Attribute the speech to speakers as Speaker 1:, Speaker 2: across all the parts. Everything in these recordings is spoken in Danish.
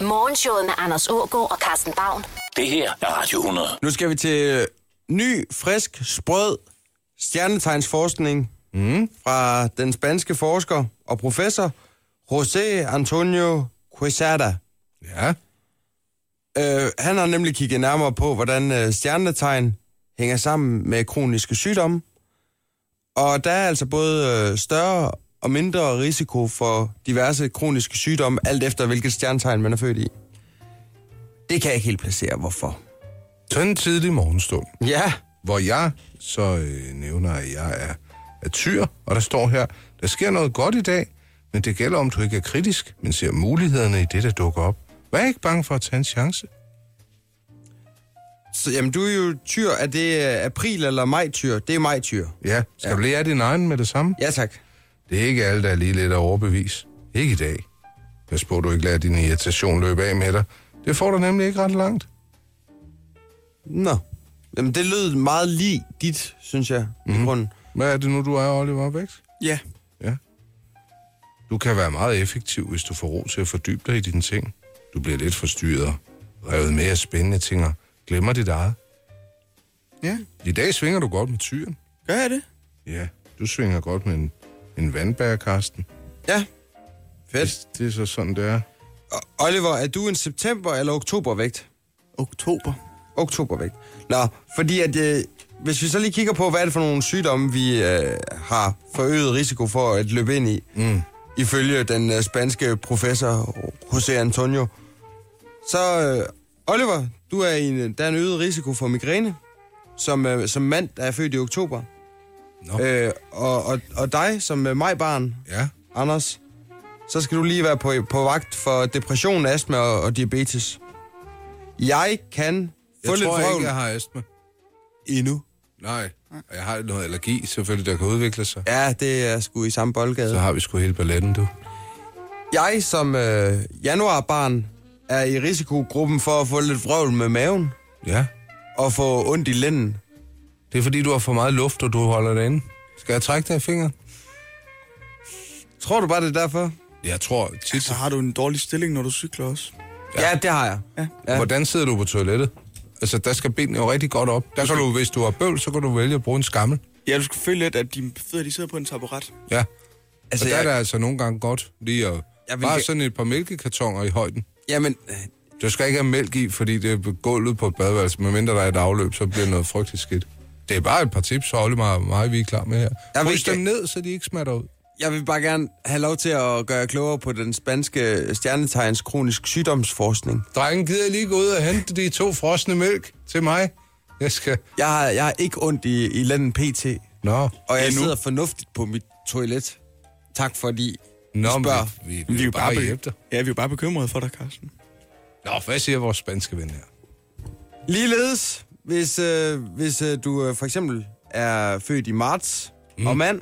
Speaker 1: Morgenshowet med Anders Ågaard og Carsten Baum.
Speaker 2: Det her er Radio 100.
Speaker 3: Nu skal vi til øh, ny, frisk, sprød stjernetegnsforskning mm. fra den spanske forsker og professor José Antonio Quesada.
Speaker 4: Ja.
Speaker 3: Øh, han har nemlig kigget nærmere på, hvordan øh, stjernetegn hænger sammen med kroniske sygdomme. Og der er altså både øh, større og mindre risiko for diverse kroniske sygdomme, alt efter hvilket stjernetegn man er født i. Det kan jeg ikke helt placere, hvorfor.
Speaker 4: Sådan en tidlig morgenstund,
Speaker 3: Ja,
Speaker 4: hvor jeg så øh, nævner, at jeg er, er tyr, og der står her, der sker noget godt i dag, men det gælder om, du ikke er kritisk, men ser mulighederne i det, der dukker op. Vær ikke bange for at tage en chance.
Speaker 3: så jamen, du er jo tyr. Er det øh, april eller maj-tyr? Det er maj-tyr.
Speaker 4: Ja, skal ja. du lære din egen med det samme?
Speaker 3: Ja, tak.
Speaker 4: Det er ikke alle, der er lige lidt af overbevis. Ikke i dag. Pas på, du ikke lader din irritation løbe af med dig. Det får du nemlig ikke ret langt.
Speaker 3: Nå. Jamen, det lød meget lige dit, synes jeg, mm. i grunden.
Speaker 4: Hvad er det nu, du er, Oliver Vækst?
Speaker 3: Ja.
Speaker 4: Ja. Du kan være meget effektiv, hvis du får ro til at fordybe dig i dine ting. Du bliver lidt forstyrret, revet med af spændende ting og glemmer dit eget.
Speaker 3: Ja.
Speaker 4: I dag svinger du godt med tyren.
Speaker 3: Gør jeg det?
Speaker 4: Ja, du svinger godt med en, en vandbær, Karsten.
Speaker 3: Ja. Fedt.
Speaker 4: Det, det er så sådan, det er.
Speaker 3: O- Oliver, er du en september- eller oktobervægt?
Speaker 5: Oktober.
Speaker 3: Oktobervægt. Nå, fordi at... Øh, hvis vi så lige kigger på, hvad er det for nogle sygdomme, vi øh, har forøget risiko for at løbe ind i, mm. ifølge den øh, spanske professor José Antonio, så øh, Oliver, du er i en, der er en øget risiko for migræne, som, øh, som mand, der er født i oktober.
Speaker 4: Nå.
Speaker 3: Øh, og, og, og dig, som øh, majbarn,
Speaker 4: Ja,
Speaker 3: Anders, så skal du lige være på, på vagt for depression, astma og, og diabetes. Jeg kan
Speaker 4: jeg
Speaker 3: få lidt
Speaker 4: tror
Speaker 3: vrøvl
Speaker 4: ikke, jeg har astma.
Speaker 3: endnu.
Speaker 4: Nej, og jeg har noget allergi selvfølgelig, der kan udvikle sig.
Speaker 3: Ja, det er sgu i samme boldgade.
Speaker 4: Så har vi sgu hele balletten, du.
Speaker 3: Jeg som øh, januarbarn er i risikogruppen for at få lidt vrøvl med maven
Speaker 4: Ja,
Speaker 3: og få ondt i lænden.
Speaker 4: det er fordi, du har for meget luft, og du holder det inde. Skal jeg trække dig i fingeren?
Speaker 3: Tror du bare, det er derfor?
Speaker 4: Jeg tror tit...
Speaker 5: Så har du en dårlig stilling, når du cykler også.
Speaker 3: Ja, ja det har jeg. Ja.
Speaker 4: Ja. Hvordan sidder du på toilettet? Altså, der skal benene jo rigtig godt op. Der kan du, hvis du har bøvl, så kan du vælge at bruge en skammel.
Speaker 5: Ja, du skal føle lidt, at dine fødder de sidder på en taburet.
Speaker 4: Ja.
Speaker 3: Altså,
Speaker 4: Altså, og der
Speaker 3: jeg-
Speaker 4: er det altså nogle gange godt lige at...
Speaker 3: Jeg
Speaker 4: Jeg
Speaker 3: vil
Speaker 4: vil... Bare
Speaker 3: ikke-
Speaker 4: sådan et par mælkekartoner i højden.
Speaker 3: Jamen, øh,
Speaker 4: Du skal ikke have mælk i, fordi det er på gulvet på et badeværelse. Medmindre der er et afløb, så bliver det noget frygteligt skidt. Det er bare et par tips, så Oliver og mig, vi er klar med her.
Speaker 3: Jeg
Speaker 4: Jeg
Speaker 3: vil
Speaker 4: Husk
Speaker 3: ikke-
Speaker 4: dem ned, så de ikke smatter ud.
Speaker 3: jeg vil bare gerne have lov til at gøre jer klogere på den spanske stjernetegns kronisk sygdomsforskning.
Speaker 4: Drengen, gider I lige gå ud og hente de to frosne mælk til mig? Jeg skal...
Speaker 3: Jeg har, jeg har ikke ondt i, i lænden pt.
Speaker 4: Nå,
Speaker 3: Og jeg
Speaker 5: Endnu.
Speaker 3: sidder fornuftigt på mit toilet. Tak fordi
Speaker 4: Nå
Speaker 3: I
Speaker 4: men
Speaker 3: spørger.
Speaker 4: vi, vi, vi, vi er jo bare
Speaker 5: be-
Speaker 4: hjælpe dig.
Speaker 5: Ja, vi er jo bare bekymrede for dig, Carsten.
Speaker 4: Nå, hvad siger vores spanske ven her?
Speaker 3: Ligeledes, hvis, øh, hvis øh, du øh, for eksempel er født i marts mm. og mand,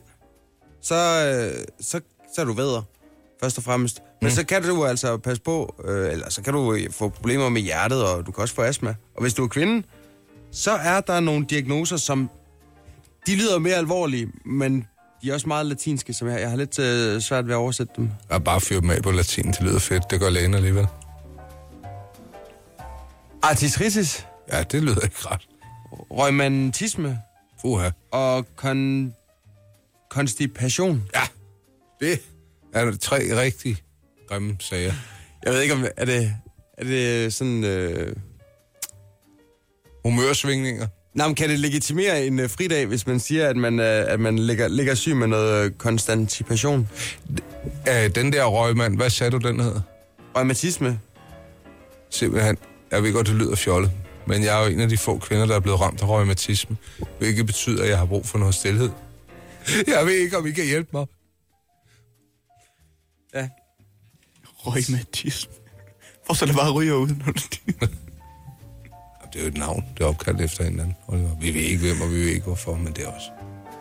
Speaker 3: så, øh, så, så er du vædder, først og fremmest. Men
Speaker 4: Mm.
Speaker 3: så kan du altså passe på, øh, eller så kan du øh, få problemer med hjertet, og du kan også få astma. Og hvis du er kvinde, så er der nogle diagnoser, som de lyder mere alvorlige, men de er også meget latinske, som jeg, jeg har lidt øh, svært ved at oversætte dem.
Speaker 4: Jeg bare fyre dem af på latin, det lyder fedt. Det gør lægen alligevel.
Speaker 3: Artistritis,
Speaker 4: Ja, det lyder ikke ret.
Speaker 3: rheumatisme
Speaker 4: Uha.
Speaker 3: og kon... konstipation.
Speaker 4: Ja, det er tre rigtig grimme sager.
Speaker 3: Jeg ved ikke, om er det, er det sådan... Øh...
Speaker 4: Humørsvingninger.
Speaker 3: Nej, men kan det legitimere en øh, fridag, hvis man siger, at man, øh, at man ligger, ligger syg med noget øh, konstantipation?
Speaker 4: Æh, Øh, den der røgmand, hvad sagde du, den hedder?
Speaker 3: Rheumatisme?
Speaker 4: Simpelthen, jeg ved godt, det lyder fjollet, men jeg er jo en af de få kvinder, der er blevet ramt af rheumatisme, hvilket betyder, at jeg har brug for noget stillhed. Jeg ved ikke, om I kan hjælpe mig.
Speaker 3: Ja.
Speaker 5: Rheumatisme. Hvor så det bare ryger ud, når du...
Speaker 4: Det er jo et navn, det er opkaldt efter en eller anden. Oliver. Vi ved ikke, hvem, og vi ved ikke, hvorfor, men det er også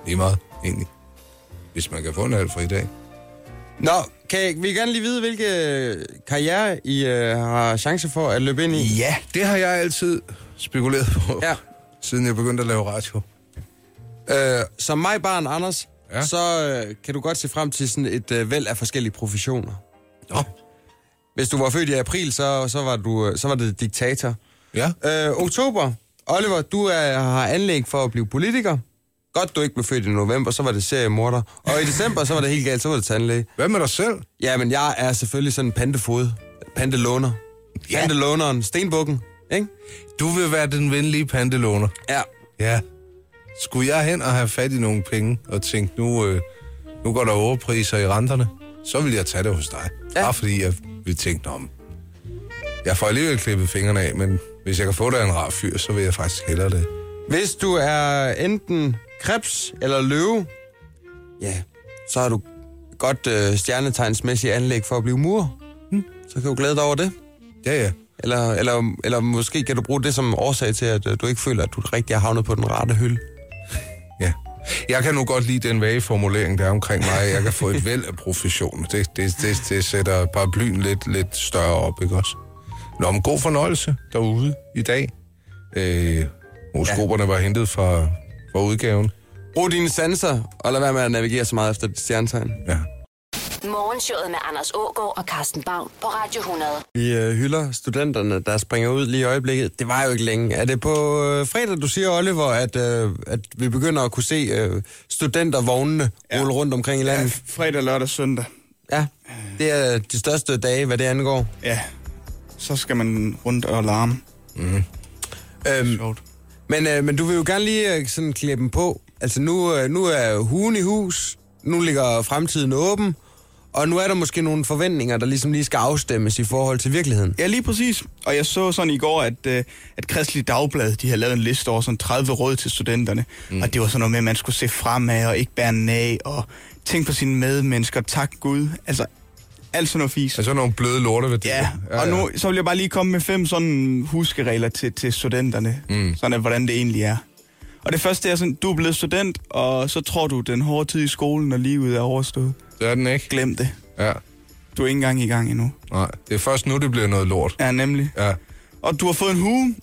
Speaker 4: lige meget, egentlig. Hvis man kan få en halv fri dag.
Speaker 3: Nå, kan jeg, vil I gerne lige vide, hvilke øh, karriere I øh, har chance for at løbe ind i?
Speaker 4: Ja, det har jeg altid spekuleret på,
Speaker 3: Ja.
Speaker 4: siden jeg begyndte at lave radio.
Speaker 3: Øh, som mig, barn Anders, ja.
Speaker 4: Ja.
Speaker 3: så øh, kan du godt se frem til sådan et øh, væld af forskellige professioner.
Speaker 4: Nå,
Speaker 3: Hvis du var født i april, så, så, var, du, øh, så var det diktator.
Speaker 4: Ja.
Speaker 3: Øh, oktober. Oliver, du er, har anlæg for at blive politiker. Godt, du ikke blev født i november, så var det seriemorder. Og i december, så var det helt galt, så var det tandlæge.
Speaker 4: Hvad med dig selv?
Speaker 3: Ja, men jeg er selvfølgelig sådan en pandefod. Pandelåner.
Speaker 4: Ja.
Speaker 3: Pandelåneren. Stenbukken. Ikke?
Speaker 4: Du vil være den venlige pantelåner.
Speaker 3: Ja.
Speaker 4: Ja. Skulle jeg hen og have fat i nogle penge og tænke, nu, øh, nu går der overpriser i renterne, så vil jeg tage det hos dig. Ja.
Speaker 3: Ja.
Speaker 4: Bare fordi jeg vil tænke, om. jeg får alligevel klippet fingrene af, men hvis jeg kan få dig en rar fyr, så vil jeg faktisk hellere det.
Speaker 3: Hvis du er enten krebs eller løve, ja, så har du godt øh, stjernetegnsmæssigt anlæg for at blive mur. Så kan du glæde dig over det.
Speaker 4: Ja, ja.
Speaker 3: Eller, eller, eller måske kan du bruge det som årsag til, at øh, du ikke føler, at du rigtig har havnet på den rette hylde.
Speaker 4: Ja. Jeg kan nu godt lide den vage formulering, der er omkring mig. Jeg kan få et væld af profession. Det, det, det, det sætter paraplyen lidt, lidt større op, ikke også? Nå, men god fornøjelse derude i dag. Øh, horoskoperne var hentet fra, fra udgaven.
Speaker 3: Brug dine sanser, og lad være med at navigere så meget efter dit stjernetegn.
Speaker 4: Ja.
Speaker 1: Morgenshowet med Anders Ågaard og Carsten Baum på Radio 100.
Speaker 3: Vi øh, hylder studenterne, der springer ud lige i øjeblikket. Det var jo ikke længe. Er det på øh, fredag, du siger, Oliver, at, øh, at vi begynder at kunne se øh, studentervognene ja. rulle rundt omkring i
Speaker 5: Ja,
Speaker 3: landet?
Speaker 5: fredag, lørdag, søndag.
Speaker 3: Ja, det er de største dage, hvad det angår.
Speaker 5: Ja. Så skal man rundt og larme.
Speaker 3: Øhm,
Speaker 5: Sjovt.
Speaker 3: men, øh, men du vil jo gerne lige øh, sådan klæde dem på. Altså nu, øh, nu er hugen i hus, nu ligger fremtiden åben, og nu er der måske nogle forventninger, der ligesom lige skal afstemmes i forhold til virkeligheden.
Speaker 5: Ja, lige præcis. Og jeg så sådan i går, at, øh, at Kristelig Dagblad, de havde lavet en liste over sådan 30 råd til studenterne. Mm. Og det var sådan noget med, at man skulle se fremad og ikke bære nag og tænke på sine medmennesker. Tak Gud. Altså, alt sådan noget fis.
Speaker 4: Og så nogle bløde lorteværdier.
Speaker 5: Altså, Ja, og nu så vil jeg bare lige komme med fem sådan huskeregler til, til studenterne. Mm. Sådan at, hvordan det egentlig er. Og det første er sådan, du er blevet student, og så tror du, den hårde tid i skolen og livet er overstået.
Speaker 4: Det er den ikke.
Speaker 5: Glem det.
Speaker 4: Ja.
Speaker 5: Du er ikke engang i gang endnu.
Speaker 4: Nej, det er først nu, det bliver noget lort.
Speaker 5: Ja, nemlig.
Speaker 4: Ja.
Speaker 5: Og du har fået en hue,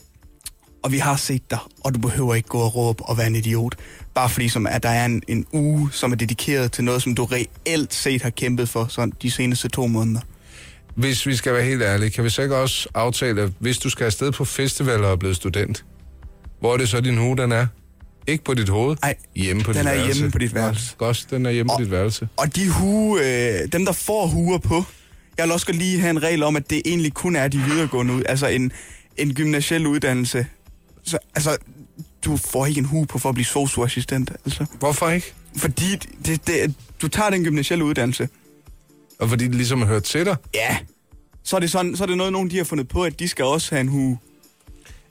Speaker 5: og vi har set dig, og du behøver ikke gå og råbe og være en idiot. Bare fordi, som, at der er en, en uge, som er dedikeret til noget, som du reelt set har kæmpet for sådan, de seneste to måneder.
Speaker 4: Hvis vi skal være helt ærlige, kan vi så ikke også aftale, at hvis du skal afsted på festivaler og er blevet student, hvor er det så din hue, den er? Ikke på dit hoved?
Speaker 5: Nej,
Speaker 4: hjemme på
Speaker 5: den
Speaker 4: dit
Speaker 5: er
Speaker 4: værelse.
Speaker 5: hjemme på dit værelse.
Speaker 4: Godt, den er hjemme
Speaker 5: Og-
Speaker 4: på dit værelse.
Speaker 5: Og de hue, øh, dem der får huer på, jeg vil også godt lige have en regel om, at det egentlig kun er de videregående ud, altså en, en gymnasiel uddannelse. Så, altså, du får ikke en hue på for at blive socioassistent, altså.
Speaker 4: Hvorfor ikke?
Speaker 5: Fordi det, det, du tager den gymnasielle uddannelse,
Speaker 4: Og fordi det ligesom har hørt til dig.
Speaker 5: Ja. Så er det, sådan, så er det noget, nogen de har fundet på, at de skal også have en hue.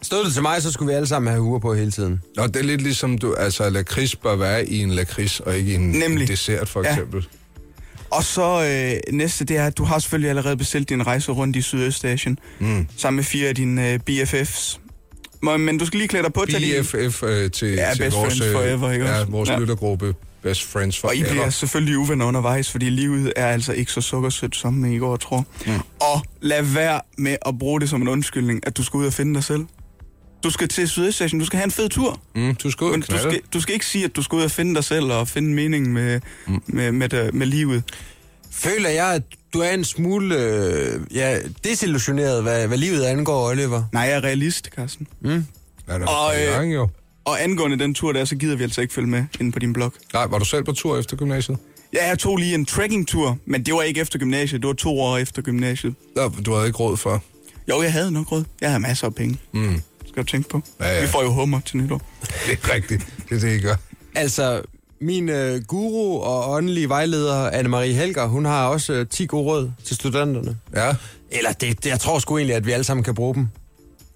Speaker 3: Stod det til mig, så skulle vi alle sammen have huer på hele tiden.
Speaker 4: Nå, det er lidt ligesom, du, altså lakrids bør være i en lakrids, og ikke i en,
Speaker 5: Nemlig.
Speaker 4: en dessert, for
Speaker 5: Ja.
Speaker 4: eksempel.
Speaker 5: Og så øh, næste, det er, at du har selvfølgelig allerede bestilt din rejse rundt i Sydøstasien. Mm. Sammen med fire af dine øh, BFFs. Men, men du skal lige klæde dig på til det.
Speaker 4: BFF øh, til,
Speaker 5: Ja,
Speaker 4: til
Speaker 5: best
Speaker 4: vores,
Speaker 5: friends forever, ikke
Speaker 4: ja,
Speaker 5: også?
Speaker 4: vores
Speaker 5: Ja.
Speaker 4: lyttergruppe, Best Friends
Speaker 5: Og I
Speaker 4: Forever.
Speaker 5: bliver selvfølgelig uvenner undervejs, fordi livet er altså ikke så sukkersødt, som I går tror. Mm. Og lad være med at bruge det som en undskyldning, at du skal ud og finde dig selv. Du skal til Sydøstasien, du skal have en fed tur.
Speaker 4: mm, du skal ud og
Speaker 5: Men du
Speaker 4: knalde.
Speaker 5: skal, du skal ikke sige, at du skal ud og finde dig selv og finde mening med, mm. med, med, med, med livet.
Speaker 3: Føler jeg, at du er en smule øh, ja, desillusioneret, hvad, hvad livet angår, Oliver?
Speaker 5: Nej, jeg er realist, Carsten.
Speaker 4: Ja, der
Speaker 5: Og, øh,
Speaker 4: er gang, jo.
Speaker 5: Og angående den tur der, så gider vi altså ikke følge med inde på din blog.
Speaker 4: Nej, var du selv på tur efter gymnasiet?
Speaker 5: Ja, jeg tog lige en trekkingtur, men det var ikke efter gymnasiet. Det var to år efter gymnasiet.
Speaker 4: Nå, du havde ikke råd for.
Speaker 5: Jo, jeg havde nok råd. Jeg havde masser af penge. Mm. Skal du tænke på.
Speaker 4: Ja, ja.
Speaker 5: Vi får jo hummer til nytår.
Speaker 4: Det er rigtigt. Det er det, I gør.
Speaker 3: Altså, min øh, guru og åndelige vejleder, Anne-Marie Helger, hun har også øh, 10 gode råd til studenterne.
Speaker 4: Ja,
Speaker 3: Eller det, det, jeg tror sgu egentlig, at vi alle sammen kan bruge dem.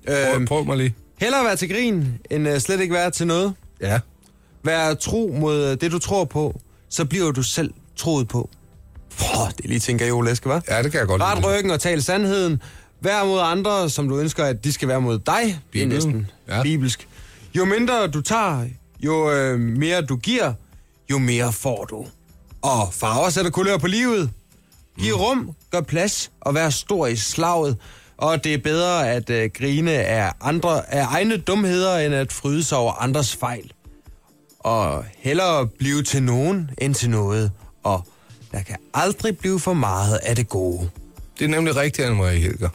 Speaker 4: prøv,
Speaker 3: Øh,
Speaker 4: prøv mig lige.
Speaker 3: hellere være til grin, end øh, slet ikke være til noget.
Speaker 4: Ja.
Speaker 3: Vær tro mod øh, det, du tror på, så bliver du selv troet på. Påh, det er lige tænker jeg, Læske, hva'?
Speaker 4: Ja, det kan jeg godt
Speaker 3: Ret ryggen og tal sandheden. Vær mod andre, som du ønsker, at de skal være mod dig. Det er
Speaker 4: Bibelen.
Speaker 3: næsten
Speaker 4: Ja.
Speaker 3: ja. bibelsk. Jo mindre du tager, jo øh, mere du giver, jo mere får du. Og farver sætter kulør på livet. Giv rum, gør plads og vær stor i slaget. Og det er bedre at øh, grine af, andre, af egne dumheder, end at fryde sig over andres fejl. Og hellere blive til nogen end til noget. Og der kan aldrig blive for meget af det gode.
Speaker 4: Det er nemlig rigtigt, Anne-Marie Helger.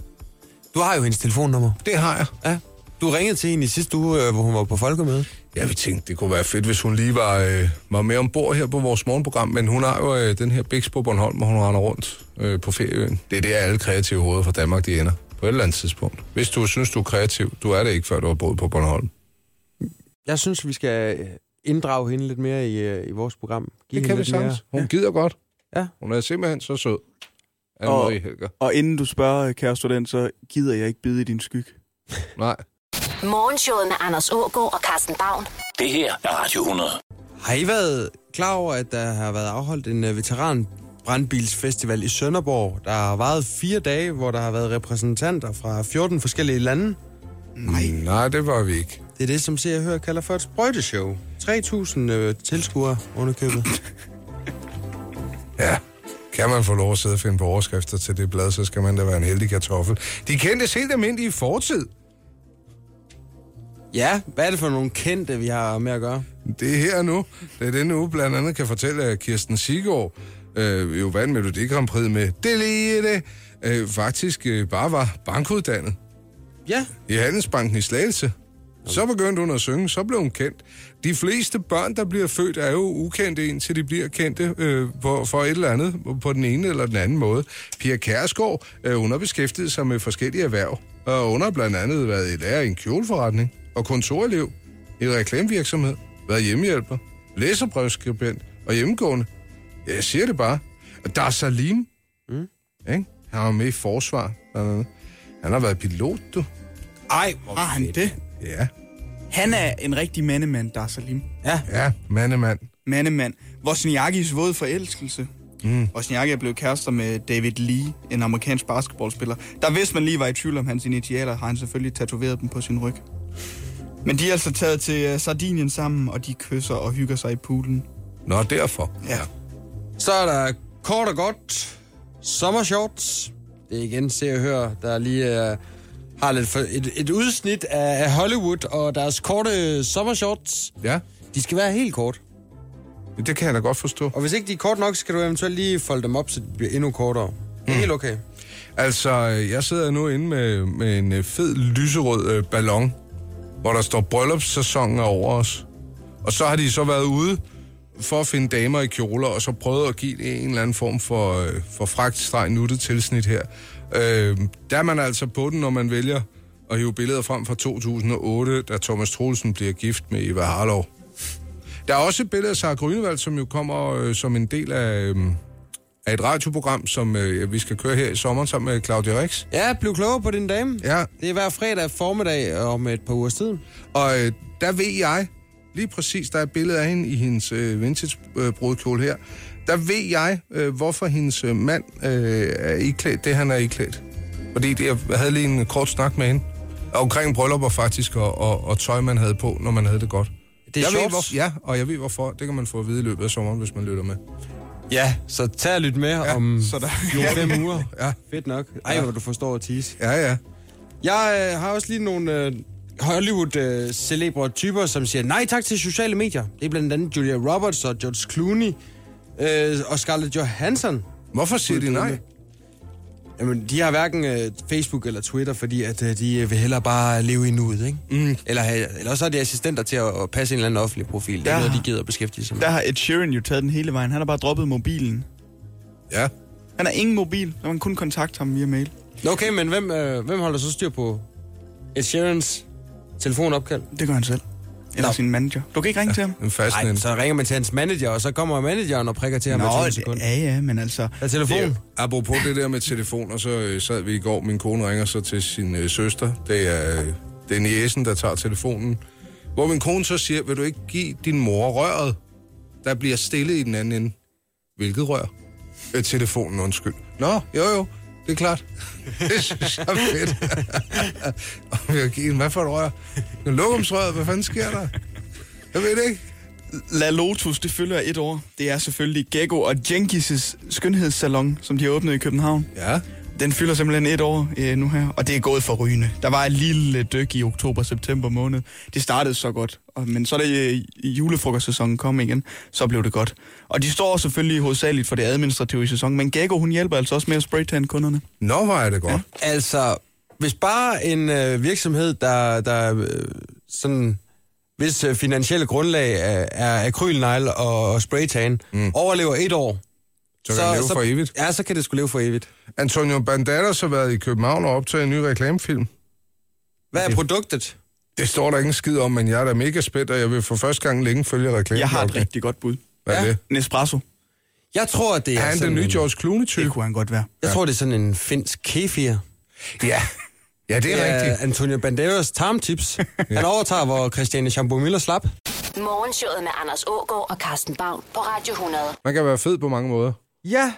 Speaker 3: Du har jo hendes telefonnummer.
Speaker 4: Det har jeg.
Speaker 3: Ja. Du ringede til hende i sidste uge, øh, hvor hun var på folkemøde.
Speaker 4: Ja, vi tænkte, det kunne være fedt, hvis hun lige var, øh, var med ombord her på vores morgenprogram, men hun har jo øh, den her biks på Bornholm, hvor hun render rundt øh, på ferieøen. Det er der, alle kreative hoveder fra Danmark, de ender på et eller andet tidspunkt. Hvis du synes, du er kreativ, du er det ikke, før du har boet på Bornholm.
Speaker 3: Jeg synes, vi skal øh, inddrage hende lidt mere i, øh, i vores program. Give hende
Speaker 4: Det kan vi
Speaker 3: lidt mere-
Speaker 4: sagtens. Hun gider godt.
Speaker 3: Ja.
Speaker 4: Hun er simpelthen så sød. Anne-Marie Helger.
Speaker 5: Og inden du spørger, kære student, så gider jeg ikke bide i din skyg.
Speaker 4: Nej.
Speaker 1: Morgenshowet med Anders Ågaard og Carsten Baum.
Speaker 2: Det her er Radio 100.
Speaker 3: Har I været klar over, at der har været afholdt en øh, veteranbrandbilsfestival i Sønderborg, der har varet fire dage, hvor der har været repræsentanter fra 14 forskellige lande?
Speaker 4: Nej. Nej, det var vi ikke.
Speaker 3: Det er det, som ser og hører kalder for et sprøjteshow. 3.000 øh, tilskuere underkøbet.
Speaker 4: Ja. Kan man få lov at sidde og finde på overskrifter til det blad, så skal man da være en heldig kartoffel. De kendtes helt almindelige i fortid.
Speaker 3: Ja, hvad er det for nogle kendte, vi har med at gøre?
Speaker 4: Det er her nu. Det er denne uge blandt andet kan fortælle, at Kirsten Sigård øh, jo vandt Melodi Grand Prix med Det lige det, øh, faktisk øh, bare var bankuddannet
Speaker 3: Ja,
Speaker 4: i Handelsbanken i Slagelse. Så begyndte hun at synge, så blev hun kendt. De fleste børn, der bliver født, er jo ukendte, indtil de bliver kendte øh, på, for et eller andet, på den ene eller den anden måde. Pia Kærsgaard, øh, hun har beskæftiget sig med forskellige erhverv, og hun har blandt andet været i lærer i en kjoleforretning, og kontorelev, i en reklamevirksomhed, været hjemmehjælper, læserbrevsskribent og hjemmegående. Ja, jeg siger det bare. Der er Salim. Mm. Ikke? Han var med i forsvar. blandt andet. Han har været pilot, du.
Speaker 3: ej, hvor
Speaker 5: Har han det?
Speaker 4: Ja.
Speaker 5: Han er en rigtig mandemand, der er Salim.
Speaker 4: Ja, mandemand.
Speaker 5: Mandemand. Vosniakis våde forelskelse. Mm. Vosniaki er blevet kærester med David Lee, en amerikansk basketballspiller. Der hvis man lige var i tvivl om hans initialer, har han selvfølgelig tatoveret dem på sin ryg. Men de er altså taget til øh, Sardinien sammen, og de kysser og hygger sig i poolen.
Speaker 4: Nå, derfor.
Speaker 5: Ja.
Speaker 3: Så er der kort og godt sommershorts. Det er igen Se og Hør, der lige øh, har lidt for, et, et udsnit af, af Hollywood og deres korte sommershorts.
Speaker 4: Ja,
Speaker 3: De skal være helt kort.
Speaker 4: men det kan jeg da godt forstå.
Speaker 3: Og hvis ikke de er kort nok, skal du eventuelt lige folde dem op, så de bliver endnu kortere. Det er helt okay.
Speaker 4: Altså, øh, jeg sidder nu inde med, med en øh, fed lyserød øh, ballon, hvor der står bryllupssæsonen er over os. Og så har de så været ude for at finde damer i kjoler, og så prøvet at give det en eller anden form for, øh, for fragtstreg nuttet tilsnit her. Øh, der er man altså på den, når man vælger at hive billeder frem fra 2008, da Thomas Troelsen bliver gift med Eva Harlov. Der er også et billede af Sarah Grønevald, som jo kommer øh, som en del af, øh, af et radioprogram, som øh, vi skal køre her i sommer sammen med Claudia Rex.
Speaker 3: Ja, bliv klogere på din dame.
Speaker 4: Ja,
Speaker 3: Det er hver fredag formiddag om et par uger siden.
Speaker 4: og øh, der ved jeg, lige præcis, der er et billede af hende i hendes øh, vintage øh, brudkjole her, der ved jeg, øh, hvorfor hendes øh, mand øh, er iklædt det, han er iklædt. Fordi det, jeg havde lige en kort snak med hende omkring bryllupper faktisk, og, og, og tøj, man havde på, når man havde det godt.
Speaker 3: Det er
Speaker 4: jeg ved,
Speaker 3: shorts.
Speaker 4: hvorfor, ja, og jeg ved hvorfor. Det kan man få at vide i løbet af sommeren, hvis man lytter med.
Speaker 3: Ja, så tag og lyt med ja, om
Speaker 5: så der-
Speaker 3: fem uger.
Speaker 4: Ja.
Speaker 3: Fedt nok. Ej, hvor du forstår at tease.
Speaker 4: Ja, ja.
Speaker 3: Jeg øh, har også lige nogle øh, Hollywood-celebre typer, som siger nej tak til sociale medier. Det er blandt andet Julia Roberts og George Clooney øh, og Scarlett Johansson.
Speaker 4: Hvorfor siger de nej?
Speaker 3: Jamen, de har hverken øh, Facebook eller Twitter, fordi at, øh, de øh, vil hellere bare leve i nuet, ikke? Mm. Eller, have- eller også er de assistenter til at, at passe en eller anden offentlig profil. Det er
Speaker 5: Ja.
Speaker 3: ja. noget, de gider at beskæftige sig med.
Speaker 5: Der har Ed Sheeran jo taget den hele vejen. Han har bare droppet mobilen.
Speaker 4: Ja.
Speaker 5: Han har ingen mobil, så man kun kontakte ham via mail.
Speaker 3: Nå, Okay, men hvem, øh, hvem holder så styr på Ed Sheerans telefonopkald?
Speaker 5: Det gør han selv. Eller
Speaker 3: Nå.
Speaker 5: sin manager. Du kan ikke ringe til ham.
Speaker 4: En fast
Speaker 3: Nej, så ringer man til hans manager, og så kommer manageren og prikker til ham i 20
Speaker 5: det-
Speaker 3: sekunder.
Speaker 5: ja, ja, men altså...
Speaker 3: Der er telefon.
Speaker 4: Det, apropos det der med telefoner, så øh, sad vi i går, min kone ringer så til sin øh, søster, det er, øh, det er niesen, der tager telefonen, hvor min kone så siger, vil du ikke give din mor røret, der bliver stille i den anden ende? Hvilket rør? Øh, telefonen, undskyld. Nå, jo jo, det er klart. Det synes jeg er fedt. Og vi har givet hende, hvad for et rør? Lokumsrøret, hvad fanden sker der? Jeg ved det ikke.
Speaker 5: La Lotus, det følger et år. Det er selvfølgelig Gekko og Jenkis' skønhedssalon, som de har åbnet i København.
Speaker 4: Ja.
Speaker 5: den fylder simpelthen et år øh, nu her, og det er gået for rygende. Der var et lille dyk i oktober-september måned. Det startede så godt, og, men så da øh, julefrokostsæsonen kom igen, så blev det godt. Og de står selvfølgelig hovedsageligt for det administrative i sæsonen, men Gekko, hun hjælper altså også med at spraytan kunderne.
Speaker 4: Nå, hvor er det godt. Ja.
Speaker 3: Altså, hvis bare en øh, virksomhed, der, der øh, sådan, hvis øh, finansielle grundlag er, er akrylnegl og, og spraytan, mm. overlever et år,
Speaker 4: Så kan det leve for evigt.
Speaker 3: Ja, så kan det skulle leve for evigt.
Speaker 4: Antonio Banderas har været i København og optaget en ny reklamefilm.
Speaker 3: Hvad er produktet?
Speaker 4: Det står der ingen skid om, men jeg er da mega spændt, og jeg vil for første gang længe følge reklamen.
Speaker 5: Jeg har et rigtig godt bud.
Speaker 4: Øhm, Hvad er
Speaker 3: Ja.
Speaker 4: det?
Speaker 5: Nespresso,
Speaker 3: Jeg tror, at det er,
Speaker 4: Er han
Speaker 3: sådan
Speaker 4: den nye
Speaker 3: en,
Speaker 4: George Clooney-type?
Speaker 5: det kunne han godt være.
Speaker 3: Jeg tror, det er sådan en finsk kefir.
Speaker 4: Ja. Ja, det er ja. rigtigt.
Speaker 3: Antonio Banderas tarmtips. Han overtager, hvor Christiane Schamburg-Miller slap.
Speaker 1: Morgenshowet med Anders Ågaard og Carsten Baum på Radio 100.
Speaker 4: Man kan være fed på mange måder.
Speaker 3: Ja,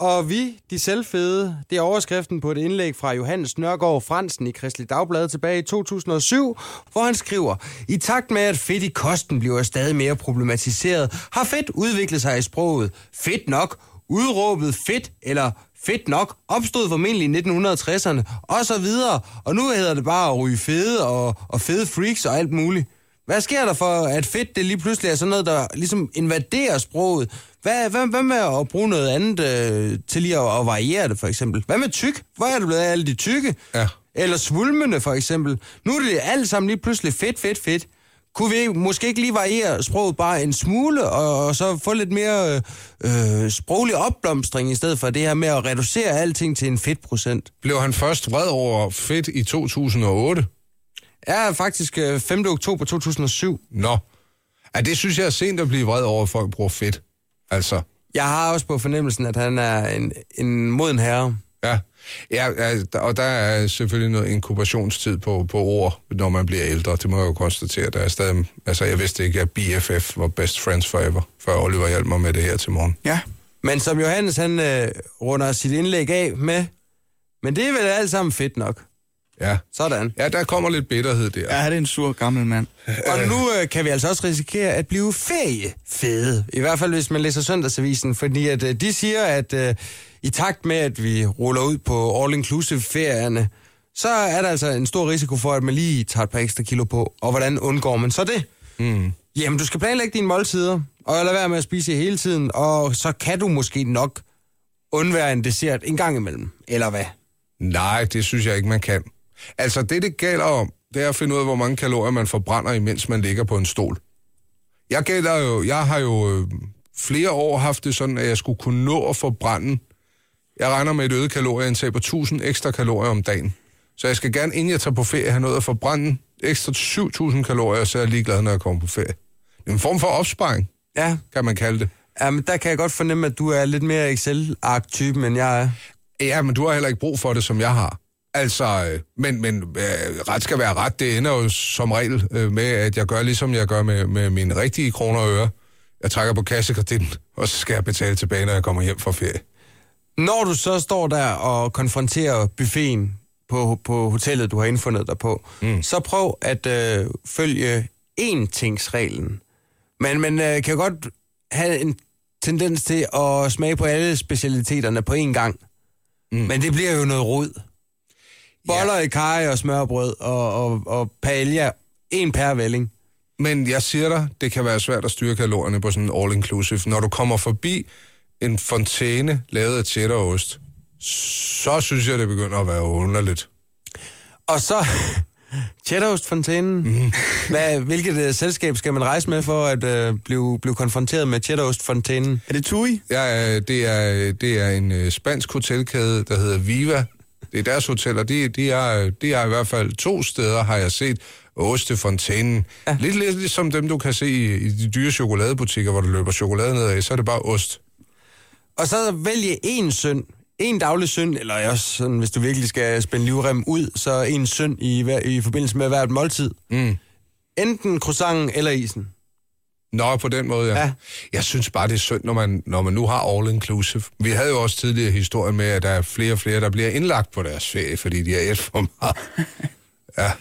Speaker 3: og vi, de selvfede, det er overskriften på et indlæg fra Johannes Nørgaard Fransen i Kristelig Dagblad tilbage i 2007, hvor han skriver, I takt med, at fedt i kosten bliver stadig mere problematiseret, har fedt udviklet sig i sproget. Fedt nok, udråbet fedt eller fedt nok, opstod formentlig i 1960'erne, og så videre. Og nu hedder det bare at ryge fede og, og fede freaks og alt muligt. Hvad sker der for, at fedt det lige pludselig er sådan noget, der ligesom invaderer sproget? Hvad, hvad, hvad med at bruge noget andet øh, til lige at, at variere det, for eksempel? Hvad med tyk? Hvor er det blevet af alle de tykke?
Speaker 4: Ja.
Speaker 3: Eller svulmende, for eksempel. Nu er det alt sammen lige pludselig fedt, fedt, fedt. Kunne vi ikke- måske ikke lige variere sproget bare en smule, og, og så få lidt mere øh, øh, sproglig opblomstring, i stedet for det her med at reducere alting til en fedtprocent?
Speaker 4: Blev han først vred over fedt i 2008?
Speaker 3: Jeg er faktisk øh, 5. oktober 2007.
Speaker 4: Nå. Ja, det synes jeg er sent at blive vred over, at folk bruger fedt. Altså,
Speaker 3: Jeg har også på fornemmelsen, at han er en, en moden herre.
Speaker 4: ja. ja. ja, der- og der er selvfølgelig noget inkubationstid på, på ord, når man bliver ældre. Det må jeg jo konstatere. Der er stadig, altså, jeg vidste ikke, at BFF var best friends forever, før Oliver hjalp mig med det her til morgen.
Speaker 5: Ja,
Speaker 3: Men som Johannes, han øh, runder sit indlæg af med, men det er vel alt sammen fedt nok.
Speaker 4: Ja.
Speaker 3: Sådan.
Speaker 4: Ja, der kommer lidt bitterhed der.
Speaker 5: ja det er en sur gammel mand.
Speaker 3: Og nu øh, kan vi altså også risikere at blive feriefede. I hvert fald, hvis man læser Søndagsavisen, fordi at, øh, de siger, at øh, i takt med, at vi ruller ud på all-inclusive-ferierne, så er der altså en stor risiko for, at man lige tager et par ekstra kilo på. Og hvordan undgår man så det? Jamen, du skal planlægge dine måltider, og lade være med at spise hele tiden, og så kan du måske nok undvære en dessert en gang imellem, eller hvad?
Speaker 4: Nej, det synes jeg ikke, man kan. Altså, det det gælder om, det er at finde ud af, hvor mange kalorier man forbrænder, imens man ligger på en stol. Jeg, gælder jo, jeg har jo øh, flere år haft det sådan, at jeg skulle kunne nå at forbrænde. Jeg regner med et øget kalorieindtag på 1000 ekstra kalorier om dagen. Så jeg skal gerne, inden jeg tager på ferie, have noget at forbrænde ekstra 7000 kalorier, så er jeg ligeglad, når jeg kommer på ferie. Det er en form for opsparing,
Speaker 3: Ja,
Speaker 4: kan man kalde det.
Speaker 3: jamen, der kan jeg godt fornemme, at du er lidt mere Excel-ark-typen, end jeg er.
Speaker 4: Ja, men du har heller ikke brug for det, som jeg har. Altså, øh, men, men øh, ret skal være ret. Det ender jo som regel øh, med, at jeg gør ligesom jeg gør med, med mine rigtige kroner og øre. Jeg trækker på kassekreditten, og så skal jeg betale tilbage, når jeg kommer hjem fra ferie.
Speaker 3: Når du så står der og konfronterer buffeten på, på hotellet, du har indfundet dig på, mm. så prøv at øh, følge én-tingsreglen. Men man øh, kan godt have en tendens til at smage på alle specialiteterne på én gang. Mm. Men det bliver jo noget rod. Boller i kaj og smørbrød og, og, og paella. En pærvælling.
Speaker 4: Men jeg siger dig, det kan være svært at styre kalorierne på sådan en all-inclusive. Når du kommer forbi en fontæne lavet af cheddarost, så synes jeg, det begynder at være underligt.
Speaker 3: Og så cheddarostfontænen. Mm. Hvad, hvilket øh, selskab skal man rejse med for at øh, blive, blive konfronteret med cheddarostfontænen?
Speaker 5: Er det Tui?
Speaker 4: Ja, øh, det er, det er en øh, spansk hotelkæde, der hedder Viva. Det er deres hoteller. De, de, er, de er i hvert fald to steder, har jeg set. Ostefontænen. Ja. Lidt, lidt ligesom dem, du kan se i, i de dyre chokoladebutikker, hvor du løber chokolade nedad, så er det bare ost.
Speaker 3: Og så vælge en synd. En daglig synd, eller også sådan, hvis du virkelig skal spænde livrem ud, så en synd i, hver, i forbindelse med hvert måltid.
Speaker 4: Mm.
Speaker 3: Enten croissanten eller isen.
Speaker 4: Nå, på den måde, ja.
Speaker 3: Ja.
Speaker 4: ja. Jeg synes bare, det er synd, når man, når man nu har all inclusive. Vi havde jo også tidligere historien med, at der er flere og flere, der bliver indlagt på deres ferie, fordi de har et for meget.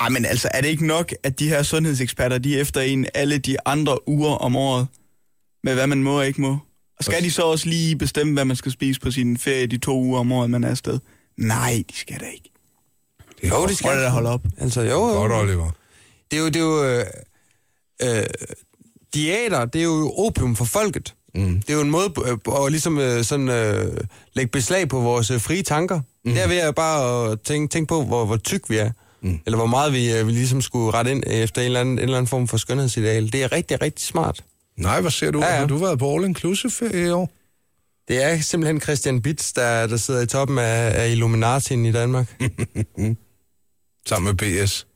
Speaker 5: Ej, men altså, er det ikke nok, at de her sundhedseksperter, de er efter en alle de andre uger om året, med hvad man må og ikke må? Og skal de så også lige bestemme, hvad man skal spise på sin ferie de to uger om året, man er afsted? Nej, de skal da ikke.
Speaker 4: Det er
Speaker 3: Jo,
Speaker 4: godt,
Speaker 3: det
Speaker 5: Prøv
Speaker 3: skal
Speaker 5: da at holde op.
Speaker 3: Altså, jo, jo.
Speaker 4: godt, Oliver.
Speaker 3: Det er jo, det er jo øh, øh, diæter, det er jo opium for folket. Mm. Det er jo en måde øh, at ligesom, øh, sådan, øh, lægge beslag på vores øh, frie tanker. Mm. Der vil jeg bare at tænke, tænke på, hvor, hvor tyk vi er. Mm. Eller hvor meget vi, øh, vi ligesom skulle rette ind efter en eller, anden, en eller anden form for skønhedsideal. Det er rigtig, rigtig smart.
Speaker 4: Nej, hvad ser du?
Speaker 3: Ja,
Speaker 4: Ja,
Speaker 3: ja.
Speaker 4: ja. Har du været på All Inclusive ferie i år?
Speaker 3: Det er simpelthen Christian Bitz, der, der sidder i toppen af, af Illuminatien i Danmark.
Speaker 4: Sammen med BS.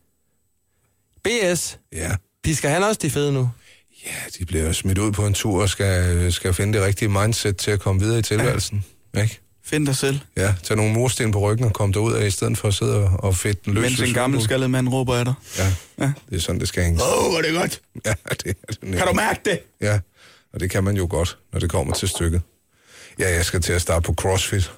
Speaker 3: BS,
Speaker 4: Ja.
Speaker 3: pisker han også de fede nu?
Speaker 4: Ja, de bliver jo smidt ud på en tur og skal, skal finde det rigtige mindset til at komme videre i tilværelsen. Ja. Ikke?
Speaker 5: Find dig selv,
Speaker 4: Ja, tag nogle mursten på ryggen og kom derud af, i stedet for at sidde og- og fedte den løs.
Speaker 5: mens
Speaker 4: ved
Speaker 5: en gammel
Speaker 4: cykelbåden.
Speaker 5: skaldet mand råber af dig.
Speaker 4: Ja, det er sådan, det skal hænge.
Speaker 5: Åh, oh, hvor er det godt.
Speaker 4: Ja, det er det nemlig.
Speaker 5: Kan du mærke det?
Speaker 4: Ja, og det kan man jo godt, når det kommer til stykket. Ja, jeg skal til at starte på CrossFit.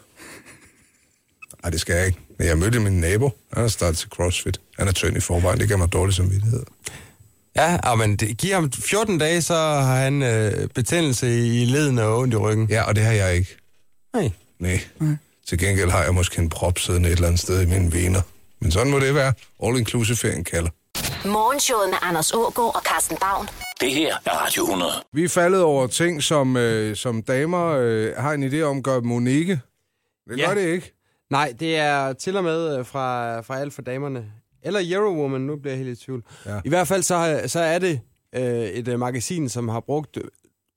Speaker 4: Nej, det skal jeg ikke. Men jeg mødte min nabo, han har startet til CrossFit. Han er tynd i forvejen, det kan man dårligt som vidtighed.
Speaker 3: Ja, og men det, giv ham 14 dage, så har han øh, betændelse i leden og ondt i ryggen.
Speaker 4: Ja, og det har jeg ikke.
Speaker 3: Nej.
Speaker 4: Nej. Til gengæld har jeg måske en prop siddende et eller andet sted i mine vener. Men sådan må det være. All inclusive ferien kalder.
Speaker 1: Morgenshowet med Anders Ågaard og Carsten Baum.
Speaker 2: Det her er Radio 100.
Speaker 4: Vi er faldet over ting, som, øh, som damer øh, har en idé om, gør dem unikke. Det
Speaker 3: Ja.
Speaker 4: gør det ikke.
Speaker 3: Nej, det er til og med øh, fra, fra alt for damerne. Eller Eurowoman, nu bliver jeg helt i tvivl. Ja.
Speaker 4: Ja.
Speaker 3: I hvert fald så, har- så er det øh, et øh, magasin, som har brugt øh,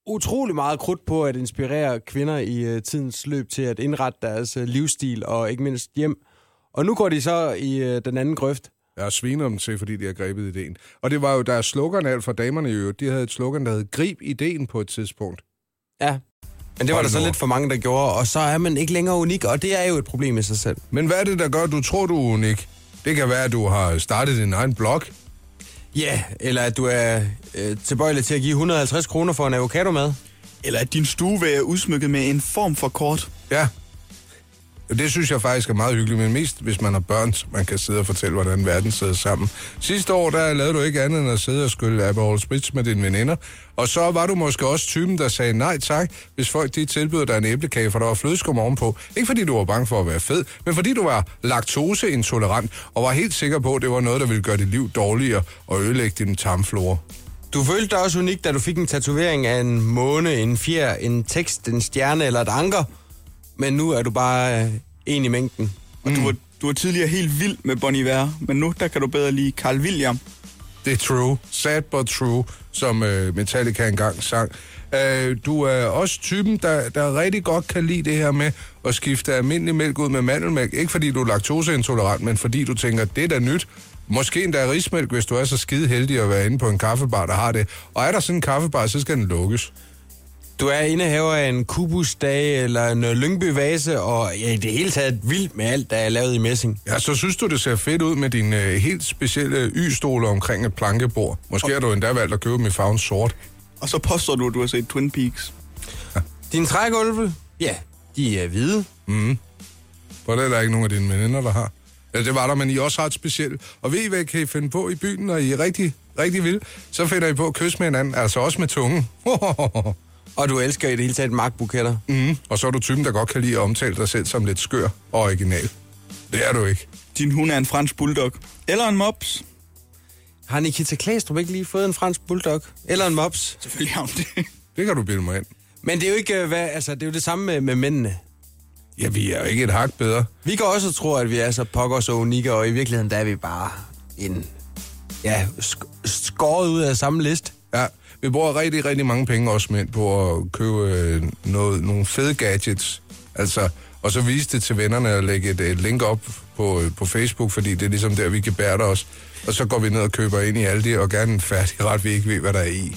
Speaker 3: utrolig meget krudt på at inspirere kvinder i øh, tidens løb til at indrette deres øh, livsstil og ikke mindst hjem. Og nu går de så i øh, den anden grøft.
Speaker 4: Jeg har svinet dem til, fordi de har grebet ideen. Og det var jo deres slogan alt for damerne i øvrigt. De havde et slogan, der hed Grib ideen på et tidspunkt.
Speaker 3: Ja. Men det var
Speaker 4: Hold
Speaker 3: der så
Speaker 4: nu op.
Speaker 3: lidt for mange, der gjorde, og så er man ikke længere unik, og det er jo et problem i sig selv.
Speaker 4: Men hvad er det, der gør, at du tror, du er unik? Det kan være, at du har startet din egen blog.
Speaker 3: Ja, yeah, eller at du er øh, tilbøjelig til at give 150 kroner for en avocado med.
Speaker 5: Eller at din stue er udsmykket med en form for kort.
Speaker 4: Ja. Det synes jeg faktisk er meget hyggeligt, men mest hvis man har børn, så man kan sidde og fortælle, hvordan verden sidder sammen. Sidste år, der lavede du ikke andet end at sidde og skylle Aperol Spritz med dine veninder. Og så var du måske også typen, der sagde nej tak, hvis folk de tilbød dig en æblekage, for der var flødeskum ovenpå. Ikke fordi du var bange for at være fed, men fordi du var laktoseintolerant og var helt sikker på, at det var noget, der ville gøre dit liv dårligere og ødelægge din tarmflora.
Speaker 3: Du følte dig også unik, da du fik en tatovering af en måne, en fjer, en tekst, en stjerne eller et anker. Men nu er du bare øh, en i mængden.
Speaker 5: Og du, var, du var tidligere helt vild med Bon Iver, men nu der kan du bedre lide Carl William.
Speaker 4: Det er true. Sad but true, som øh, Metallica engang sang. Øh, du er også typen, der, der rigtig godt kan lide det her med at skifte almindelig mælk ud med mandelmælk. Ikke fordi du er laktoseintolerant, men fordi du tænker, det er da nyt. Måske endda rismælk, hvis du er så skide heldig at være inde på en kaffebar, der har det. Og er der sådan en kaffebar, så skal den lukkes.
Speaker 3: Du er indehaver af en kubusdag eller en øh, lyngbyvase, og ja, i det hele taget vild med alt, der er lavet i messing.
Speaker 4: Ja, så synes du, det ser fedt ud med dine øh, helt specielle y-stoler omkring et plankebord. Måske har du endda valgt at købe dem i farven sort.
Speaker 5: Og så påstår du, at du har set Twin Peaks.
Speaker 3: Dine trægulve, ja, de er hvide.
Speaker 4: For det er der ikke nogen af dine veninder, der har. Ja, det var der, men I er også ret specielt. Og ved I, hvad I kan I finde på i byen, når I er rigtig, rigtig vilde? Så finder I på at kysse med hinanden, altså også med tungen.
Speaker 3: Og du elsker i det hele taget magtbuketter.
Speaker 4: mm. Og så er du typen, der godt kan lide at omtale dig selv som lidt skør og original. Det er du ikke.
Speaker 5: Din hund er en fransk bulldog. Eller en mops.
Speaker 3: Har Nikita Klæstrup ikke lige fået en fransk bulldog? Eller en mops?
Speaker 5: Selvfølgelig har hun det.
Speaker 4: Det kan du bilde mig ind.
Speaker 3: Men det er jo ikke, øh, hvad, altså, det er jo det samme med, med mændene.
Speaker 4: Ja, vi er jo ikke et hak bedre.
Speaker 3: Vi går også og tror, at vi er så pokker så unikke, og i virkeligheden, der er vi bare en, ja, sk- skåret ud af samme list.
Speaker 4: Ja, vi bruger rigtig, rigtig mange penge også mænd på at købe øh, noget, nogle fede gadgets. Altså, og så vise det til vennerne og lægge et, et link op på, øh, på Facebook, fordi det er ligesom der, vi kan bære os. Og så går vi ned og køber ind i alt det, og gerne en færdig ret, vi ikke ved, hvad der er i.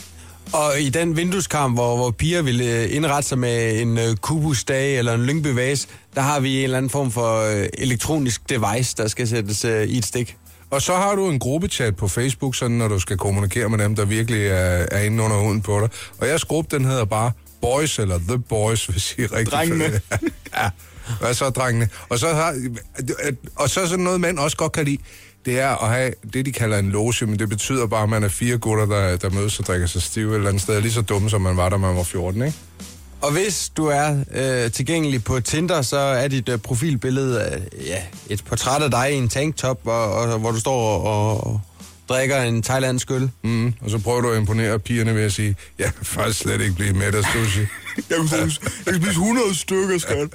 Speaker 3: Og i den vindueskamp, hvor, hvor piger ville øh, indrette sig med en øh, kubusdag eller en lyngbyvase, der har vi en eller anden form for øh, elektronisk device, der skal sættes øh, i et stik.
Speaker 4: Og så har du en gruppechat på Facebook, sådan når du skal kommunikere med dem, der virkelig er, er inde under huden på dig. Og jeres gruppe, den hedder bare Boys, eller The Boys, hvis I er rigtig
Speaker 5: Drengene.
Speaker 4: fede. ja, hvad så drengene? Og så, har, og så sådan noget, mænd også godt kan lide, det er at have det, de kalder en loge, men det betyder bare, at man er fire gutter, der, der mødes og drikker sig stive et eller andet sted. Lige så dumme, som man var, da man var 14, ikke?
Speaker 3: Og hvis du er øh, tilgængelig på Tinder, så er dit øh, profilbillede øh, ja, et portræt af dig i en tanktop, og, og, hvor du står og, og drikker en thailandsk øl.
Speaker 4: Mm, og så prøver du at imponere pigerne ved at sige, jeg kan faktisk slet ikke blive med af sushi.
Speaker 5: Jeg kan spise, jeg kan spise 100 stykker, skat.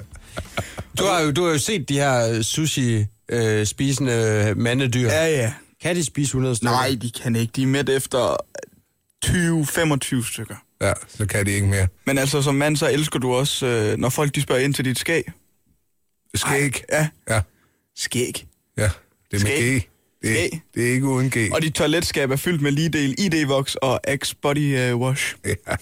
Speaker 3: Du har jo, du har jo set de her sushi-spisende mandedyr.
Speaker 5: Ja, ja.
Speaker 3: Kan de spise 100 stykker?
Speaker 5: Nej, de kan ikke. De er mæt efter 20-25 stykker.
Speaker 4: Ja, så kan de ikke mere.
Speaker 5: Men altså, som mand, så elsker du også, øh, når folk de spørger ind til dit skæg.
Speaker 4: Skæg.
Speaker 5: Ja,
Speaker 4: Ja,
Speaker 5: skæg.
Speaker 4: ja. Det er med
Speaker 5: Skæg.
Speaker 4: G. Det er,
Speaker 5: Skæg.
Speaker 4: det er ikke uden G.
Speaker 5: Og dit toiletskab er fyldt med ligedel, ID-voks og Axe-body øh, wash.
Speaker 4: Ja,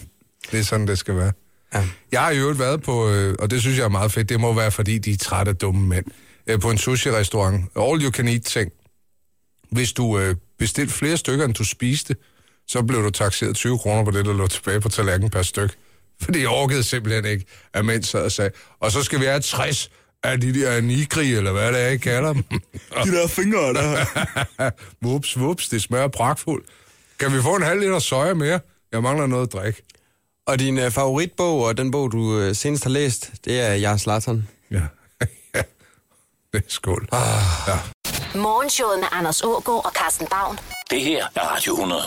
Speaker 4: det er sådan, det skal være. Ja. Jeg har i øvrigt været på, øh, og det synes jeg er meget fedt, det må være, fordi de er trætte af dumme mænd, øh, på en sushi-restaurant. All you can eat-ting. Hvis du øh, bestilte flere stykker, end du spiste, så blev du taxeret 20 kroner på det, der lå tilbage på tallerkenen per styk. Fordi jeg orkede simpelthen ikke, at mænd sad og sagde, og så skal vi have 60 af de der nigri, eller hvad det er, jeg kalder dem.
Speaker 5: De der fingre, der.
Speaker 4: vups, vups, det smager pragtfuldt. Kan vi få en halv liter soja mere? Jeg mangler noget at drikke.
Speaker 3: Og din øh, favoritbog, og den bog, du øh, senest har læst, det er Jars Lattern.
Speaker 4: Ja. ja. Det er skål. Ah. Ja.
Speaker 1: Morgenshowet med Anders Ågaard og Carsten Baum.
Speaker 2: Det her er Radio 100.